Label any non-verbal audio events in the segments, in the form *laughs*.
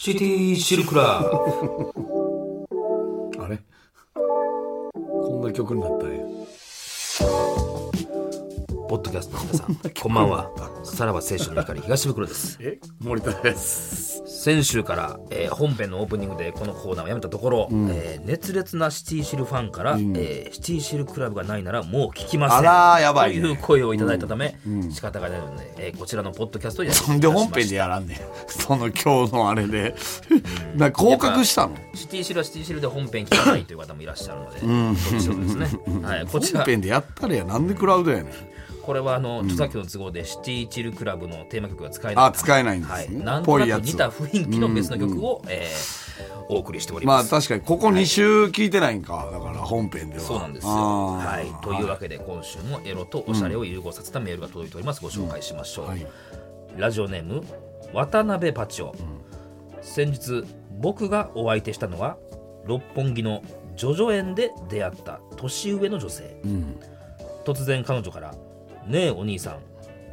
シティシルクラブ。あれこんな曲になったんや。ポッドキャストの皆 *laughs* さん、こんばんは。さらば青春の光東袋です。え森田です。先週から、えー本編のオープニングでこのコーナーをやめたところ、えー熱烈なシティシルファンから、えーシティシルクラブがないならもう聞きません。あらーやばいねという声をいただいたため、仕方がないので、えーこちらのポッドキャストでやなんで本で編でやらんね *laughs* ん。その今日のあれで。な、降格したのシティシルはシティシルで本編聞かないという方もいらっしゃるので、どっちでもですね。 *laughs* はい、こち本ら編でやったらや。なんでクラウドやねん。これはあの著作権の都合でシティチルクラブのテーマ曲が使えないあ、使えないんではすい、ね。なんとぽないくや似つ。た雰囲気の別の曲を、えーお送りしておりままあす。確かに、ここ2週聞いてないんか。だから本編では。そうなんですよ。あーはい、というわけで今週もエロとおしゃれを融合させたメールが届いております。ご紹介しましょう。はいラジオネーム渡辺パチオ、先日僕がお相手したのは六本木のジョジョ園で出会った年上の女性、突然彼女から「ねえお兄さん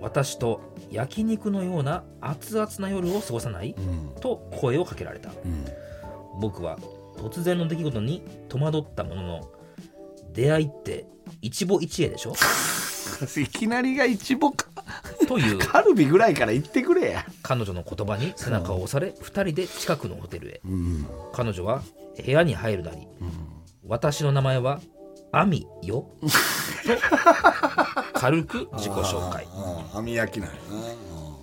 私と焼肉のような熱々な夜を過ごさないと声をかけられた、 *laughs* 僕は突然の出来事に戸惑ったものの出会いって一期一会でしょ *laughs* いきなりが一ボか。というカルビぐらいから言ってくれや。彼女の言葉に背中を押され、2人で近くのホテルへ、彼女は部屋に入るなり、私の名前はアミよと軽く自己紹介うん、網焼きなんや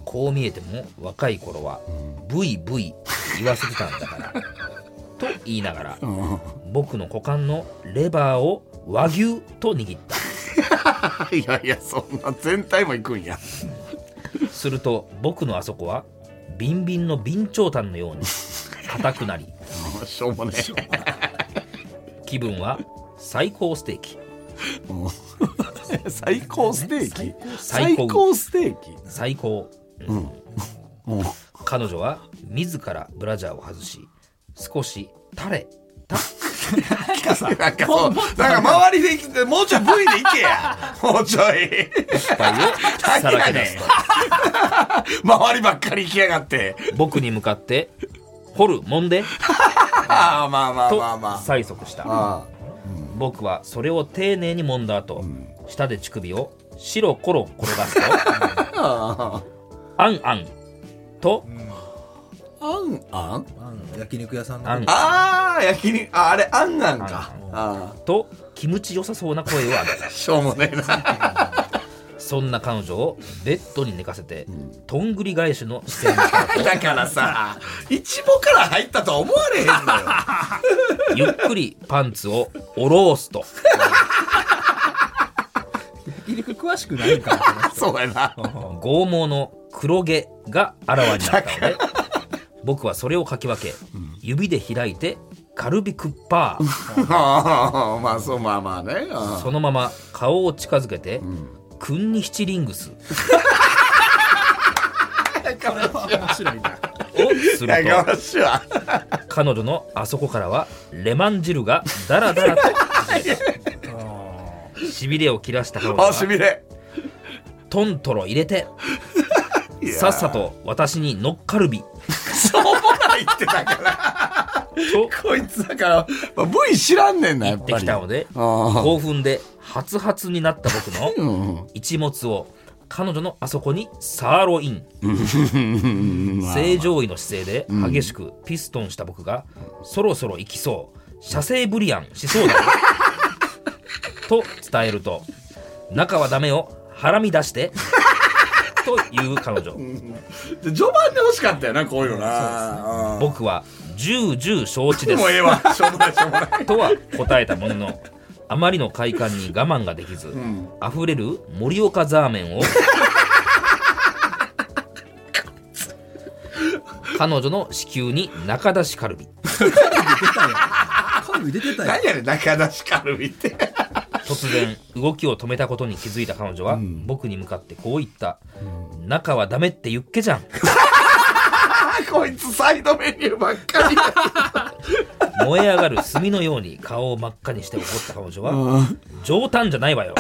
こう見えても若い頃はブイブイ言わせてたんだからと言いながら僕の股間のレバーを和牛と握ったな。 *laughs* いやいや、そんな全体も行くんや。すると僕のあそこはビンビンの備長炭のように硬くなりうん *laughs* しょうもねえ。気分は最高ステーキ最高ステーキ最最高高ステーキ最高、うん彼女は自らブラジャーを外し少し垂れたなんかそうなんか周りで来てもうちょい V でいけ *laughs* やもうちょい失敗 *laughs* をさらけ出すと周りばっかり行きやが *laughs* って僕に向かって「掘るもんで」ああまあまあとまあま催促した、ああ僕はそれを丁寧に揉んだ後、舌で乳首を白コロ転がすと *laughs* あ「あんあん」とああんあんあの焼肉屋さん「あんのあああ焼きにああれあんなんかああん」と気持ちよさそうな声を上げたあしょうもねえな *laughs* そんな彼女をベッドに寝かせて、とんぐり返しの姿勢にした後だから *laughs* さ一歩から入ったとは思われへん *laughs* のよゆっくりパンツを下ろすと焼肉詳しくないんかもそうやな剛毛の黒毛があらわになったので僕はそれをかき分け指で開いてカルビクッパーああまあそうまあまあねあそのまま顔を近づけて、クンニヒチリング *laughs* スをするとあやか面白いなましいわ彼女のあそこからはレマン汁がダラダラ *laughs* と崩れたしびれを切らした彼女あしはびれトントロ入れて *laughs* いやさっさと私に乗っかるびしょうもないってだからとこいつだから、まあ、V 知らんねんなやっでぱきりたのであ興奮でハツハツになった僕のうん一物を彼女のあそこにサーロイン正常位の姿勢で激しくピストンした僕がそろそろ行きそう射精ブリアンしそうだよと伝えると中はダメよハラミ出してという彼女で序盤で欲しかったよなこういうのなうん僕は重々承知ですもうええわしょうもないしょうもないとは答えたもののあまりの快感に我慢ができず、溢れる盛岡ザーメンを彼女の子宮に中出しカルビカルビ出てたよ何やねん中出しカルビって突然動きを止めたことに気づいた彼女は、僕に向かってこう言った「中はダメって言っけじゃんあこいつサイドメニューばっかりや燃え上がる炭のように顔を真っ赤にして怒った彼女は「冗談じゃないわよ」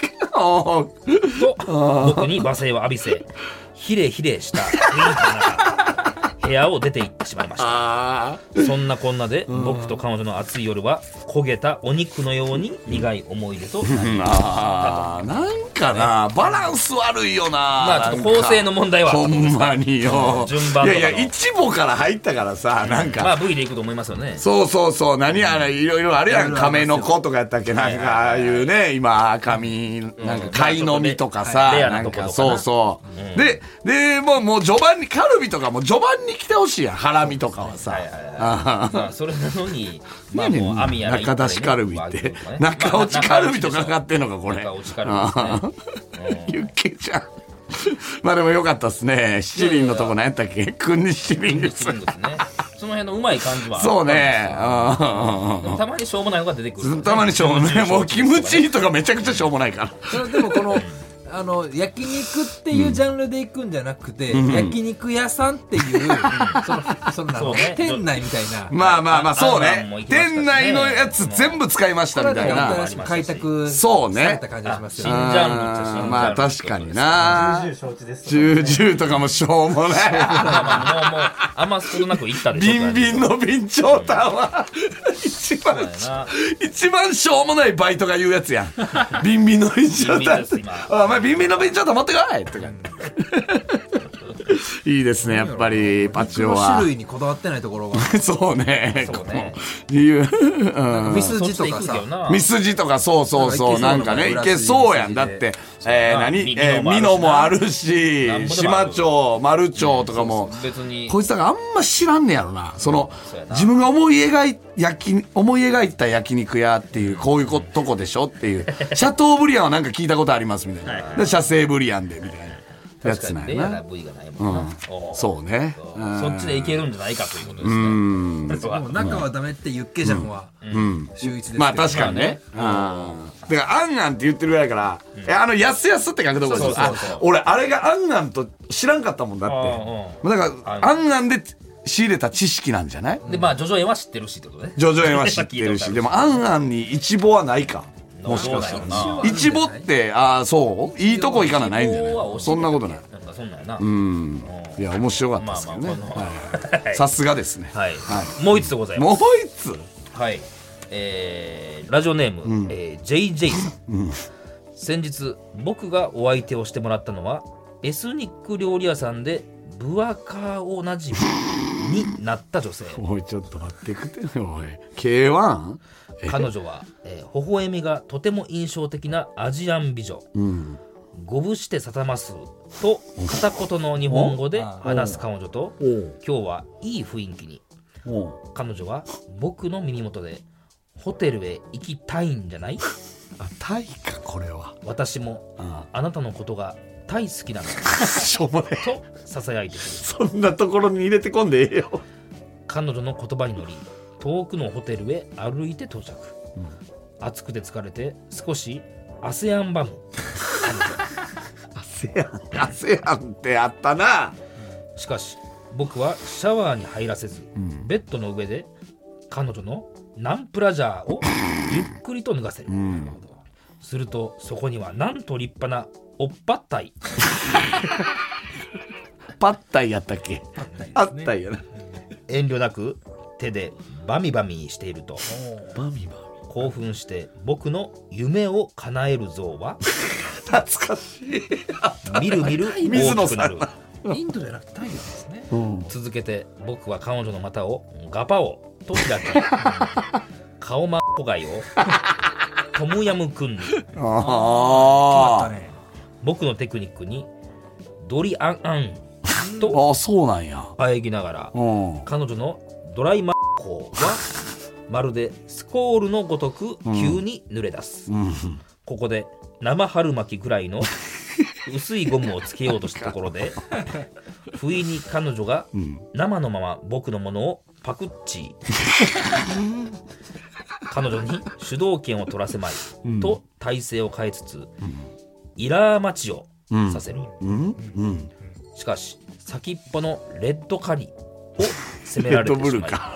*laughs* おうと僕に罵声を浴びせひれひれした雰囲気の中部屋を出て行ってしまいましたあそんなこんなで僕と彼女の暑い夜は焦げたお肉のように苦い思い出となりーあーなんかなバランス悪いよなまあちょっと構成の問題はあるほんまによ順番いとかのやいや一部から入ったからさなんか、まあ V でいくと思いますよねそうそうそう何あれいろいろあれやいんろいろあります亀よの子とかやったっけなんかああいうね今赤身なんか貝の実とかさレアななんとこかとかなそうそうででもうもう序盤にカルビとかも序盤に来てほしいやんハラミとかはさはいはいはいあまあそれなのにまあ *laughs* 何もう網やら中出しカルビって中落ちカルビとかかかってんのかこれ中落ちカルビですねー *laughs* ユッケちゃんまあでもよかったっすね七輪のとこ何やったっけ君七う輪んでそすうですねその辺のうまい感じはあるそうねうんたまにしょうもないのが出てくる、たまにしょうもない。 *laughs* もうキムチとかめちゃくちゃしょうもないから。それでもこのあの焼肉っていうジャンルで行くんじゃなくて、焼肉屋さんっていう、そのそのなそのうね店内みたいな、まあまあまあ、そうあんなんもい。ねきましたしね店内のやつ全部使いましたみたいなんかな。新しく開拓そうねされた感じがしますよ新ねジャンルっちゃ新ジャンルあーまあ確かにな。重々とかもしょうもない。まあまあもうもう余すことなく行ったでしょビンビンの備長炭は、一番、一番しょうもないバイトが言うや *laughs* つやん。ビンビンの備長ビンビン炭です今。あお前ビンビンの備長炭持ってこいと *laughs* か。いいですね、やっぱり、パチオそのは種。類にこだわってないところがそうね。そうねこう理由。うんミそスっちジとで行かくんさだよなミスジとかそうそうそうななんんかかねいけそいけそううなやんだ裏っ筋てえーまあ何みえー美濃美も濃もああるるしなんぼでもあ島る町丸町とかも別にこいつらがあんま知らんねやろなそのそうやな自分が思い描い焼き思い描いた焼肉屋っていうこういうことこでしょっ *laughs* ていうシャトーブリアンはなんか聞いたことありますみたいなでシャセーブリアンでみたいなや確つかなんにレやアなな部位がないもんな、おうそうねうんそっちでいけるんじゃないかということですうねんそこはもう中はダメってユッケジャンは週一ですけどまあ確かにね。うん。だから、あんあんって言ってるぐらいから、えあの、やすやすって書くとこですそうそうそうあ俺、あれがあんあんと知らんかったもんだっうて。だかあら、あんあんで仕入れた知識なんじゃないでまあジョジョ園は知ってるしってことねジョジョ園は知ってる聞いたことあし、るでも、あんあんにイチボはないか。もしかしたどうだろうら。なイチボって、ああ、そういいとこ行かなないんじゃなここは教えいてそんなことない。なんかそんなんやなうん。いや、面白かったですけどねまあまあまあ *laughs* はい。さすがですね。はい、はもう一つございますもう一つはい、えーラジオネーム、えー JJ さん、先日僕がお相手をしてもらったのはエスニック料理屋さんでブアカーおなじみになった女性おい、ちょっと待ってくてよ、おい。K1? 彼女は、えー微笑みがとても印象的なアジアン美女、うん。ごぶしてさたますと片言の日本語で話す彼女とおう今日はいい雰囲気におう彼女は僕の耳元でホテルへ行きたいんじゃないあタイかこれは私もああなたのことが大好きなのあしょうもないとささやいてくるそんなところに入れてこんでええよ彼女の言葉に乗り遠くのホテルへ歩いて到着、暑くて疲れて少し汗やんばむアセアンアセアンってあったなしかし僕はシャワーに入らせず、ベッドの上で彼女のナンプラジャー *laughs* をゆっくりと脱がせる、するとそこにはなんと立派なおっぱったいパッタイやったっけあったんやな遠慮なく手でバミバミしているとバミバ興奮して僕の夢を叶える像はミ懐かしいみるみる *laughs* 水大野きくさなんるなインドじゃなくてタイなんですね続けて僕は彼女の股をガパオと開 *laughs* き顔まっぽがいをトムヤムクンにああったね僕のテクニックにドリアンアンとああそうなんや喘ぎながらうん彼女のドライマッコはまるでスコールのごとく急に濡れ出す、ここで生春巻きぐらいの薄いゴムをつけようとしたところ *laughs* で不意に彼女が生のまま僕のものをパクッチー彼女に主導権を取らせまいと体勢を変えつつ、イラーマチをさせる、うんうんしかし先っぽのレッドカリ *laughs* を攻めレらッれドてブしルまいか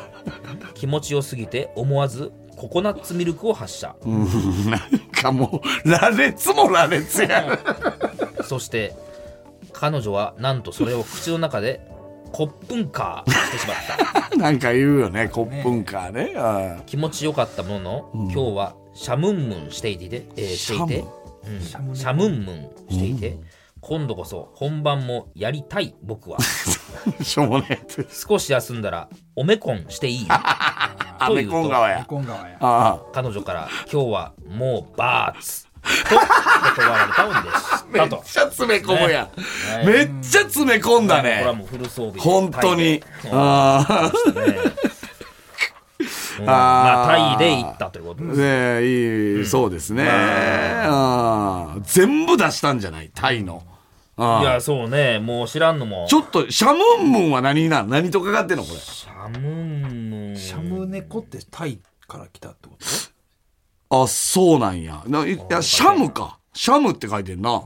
気持ちよすぎて思わずココナッツミルクを発射、うんなんかもう羅列も羅列やそして彼女はなんとそれを口の中でコップンカーしてしまった *laughs* なんか言うよねコップンカーねあ気持ちよかったものの、今日はシャムンムンしていて、えーしていてうんシャムンムンしていて、今度こそ本番もやりたい僕はあしょうもねえって少し休んだらおめこんして *laughs* いいアといメうコンと川や今川や。あ彼女から今日はもうバーツと断られたのでしあ *laughs* めたっとちゃ詰め込むやん、ねめっちゃ詰め込んだこれはねもうフル装備本当タイにであねうんまああータイで行ったということあですねえいい、そうですね、ああ全部出したんじゃないタイのああいやそうねもう知らんのもちょっとシャムンムンは何なの何とかかってんのこれシャムンムンシャムネコってタイから来たってことあそうなんやないやシャムかシャムって書いてんな、うん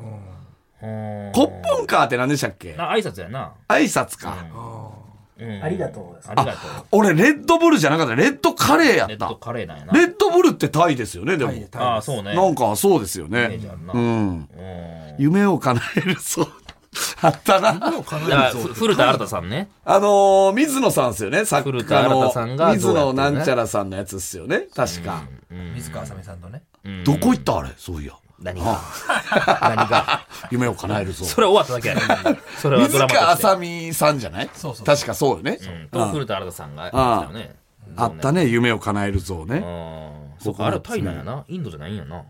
コップンカーって何でしたっけな挨拶やな挨拶か、ありがとうんありがとう俺レッドブルじゃなかったレッドカレーやネッっトたカレーなんやなレッドブルってタイですよねでもタイでタイああそうねなんかそうですよねイメージあるなうんうん夢を叶えるそう *laughs* あったなだからふ古田新太さんねあのー、水野さんですよね作古家田新の太さんが水どうや野ってねなんちゃらさんのやつっすよね確か、水川あさみさんとね。どこ行ったあれそういや何が何が夢を叶えるそうそれ終わっただけやねそれはド水ラマ川あとしてさみさんじゃないそうそう確かそうよね、うんあと古田新太さんがやってたよねあったね夢を叶える像ね、うんそうかあれはタイなんやなインドじゃないんやな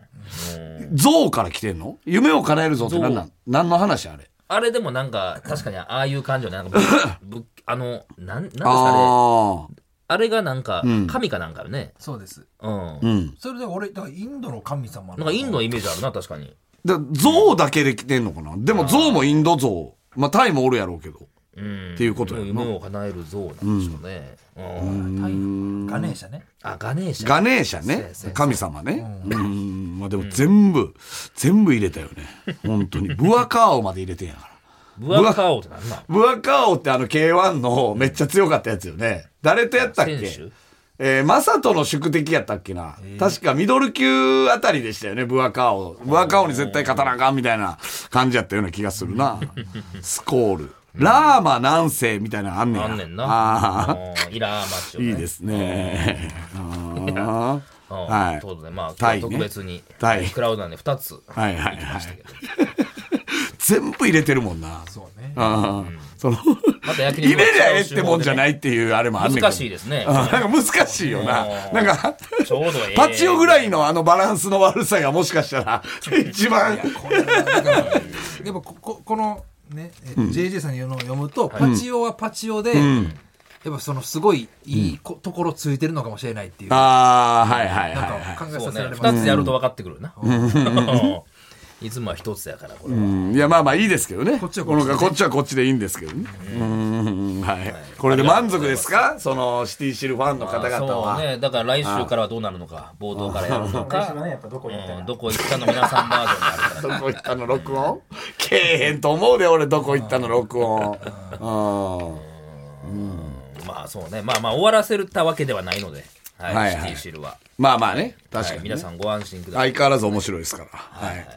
うん像から来てんの夢を叶える像って何なん何の話あれあれでもなんか、確かにああいう感じよね。なんか *laughs* ぶぶあの、なん、なんですかね。ああれがなんか、神かなんかよね。そうです。うん。あうんそれで俺、だからインドの神様なんかインドのイメージあるな、確かに。で像だけで来てんのかなでも像もインド像まあタイもおるやろうけどうん。っていうことやな夢を叶える像なんでしょうね。うん。タイガネーシャね。あ、ガネーシャ。ガネーシャそうやねそうや神様ねうんまあでも全部全部入れたよね *laughs* 本当にブアカーオまで入れてんやからブアカオってなんなんブアカオってあの K1 のめっちゃ強かったやつよね誰とやったっけ選手えー、マサトの宿敵やったっけな、確かミドル級あたりでしたよね、ブアカオ。ブアカオに絶対勝たなあかんみたいな感じやったような気がするな。スコール。ラーマ南西みたいなのあんねんあんねんあな。あ、うんイラーマッチョね。いいです *laughs* ね。あうあん。はいということで、まあ、今タイ日ね特別に、タイクラウドなんで2つ。はいはいはい。全部入れてるもんな。そうね。ああその、また焼肉入は違うれりゃええってもんじゃないっていうあれもあんねんけど難しいですねああなんか難しいよなう。んなんか、ちょうどええパチオぐらいのあのバランスの悪さがもしかしたら一番。これはだから、やっぱこここのね、え JJ さんの読むと、パチオはパチオで、やっぱそのすごいいいこところついてるのかもしれないっていう、なんああ、はいはいはいはい。か考えそさうせね。られます2つやると分かってくるな。いつもは1つやから、これは。うんいやまあまあいいですけどね。ここっっちちははここっっちでねちはこっちでいいんですけどね。うんはい。これで満足ですかそのシティシルファンの方々そうは。ね、だから来週からはどうなるのか、冒頭からやるのか、うんどこ行ったの皆さんバージョンがあるから。どこ行ったの録音けえへんと思うで俺どこ行ったの録音。うんまあそうね、まあまあ終わらせたわけではないので、はい、はいシはいティシルは。まあまあね。は確かいにね。皆さんご安心ください。相変わらず面白いですから。はい。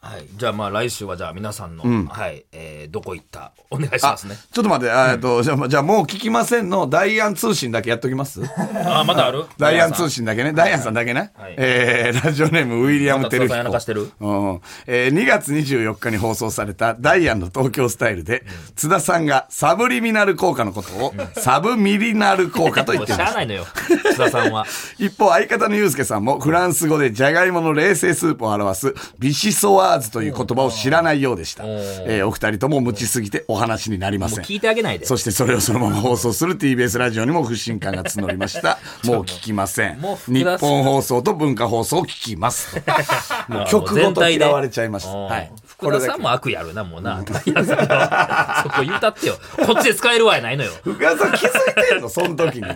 はい、じゃあまあ来週はじゃあ皆さんの、はい、えーどこ行った、お願いしあ、ますちね。ょっと待って、あえっと、じゃあ、じゃあもう聞きませんの、ダイアン通信だけやっときますあ、まだあるダイアン通信だけね。ダイアンさんだけね。はいえーラジオネーム、ウィリアム・テルヒまた津田さコ。んやらかしてるうんえー2月24日に放送されたダイアンの東京スタイルで、津田さんがサブリミナル効果のことを、サブミリナル効果と言もっうてし *laughs* いまゃしあたな。いのよ、津田さん *laughs* は。一方、相方のユうスケさんも、フランス語でジャガイモの冷製スープを表す、ビシソワーズという言葉を知らないようでした。えーお二人とも無知すぎてお話になりまもうせん。聞いてあげないで。そしてそれをそのまま放送する TBS ラジオにも不信感が募りま *laughs* した。もう聞きません。もう日複雑本放送と文化放送を聞きます。 *laughs* もう曲ご全と体で嫌われちゃいました。うんはい。福田さんも悪やるな、もう *laughs* な。ダイアンさんはそこ言うたってよ。こっちで使えるわやない *laughs* のよ。福田さん気づいてんのその時に。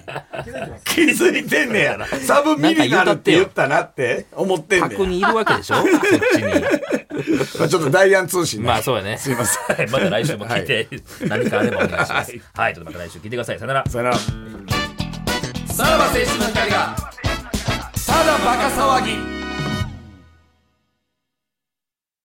気づいてんねやな。 *laughs* サブミリナルって言ったなって思ってんねここや。にいるわけ *laughs* でしょそっちに。まあちょっとダイアン通信ねまあそうやね。すいません。はいまた来週も聞いて、何かあればお願いします。はい、ということでまた来週聞いてください。さよなら。さよなら。さらば青春の光が、ただバカ騒ぎ。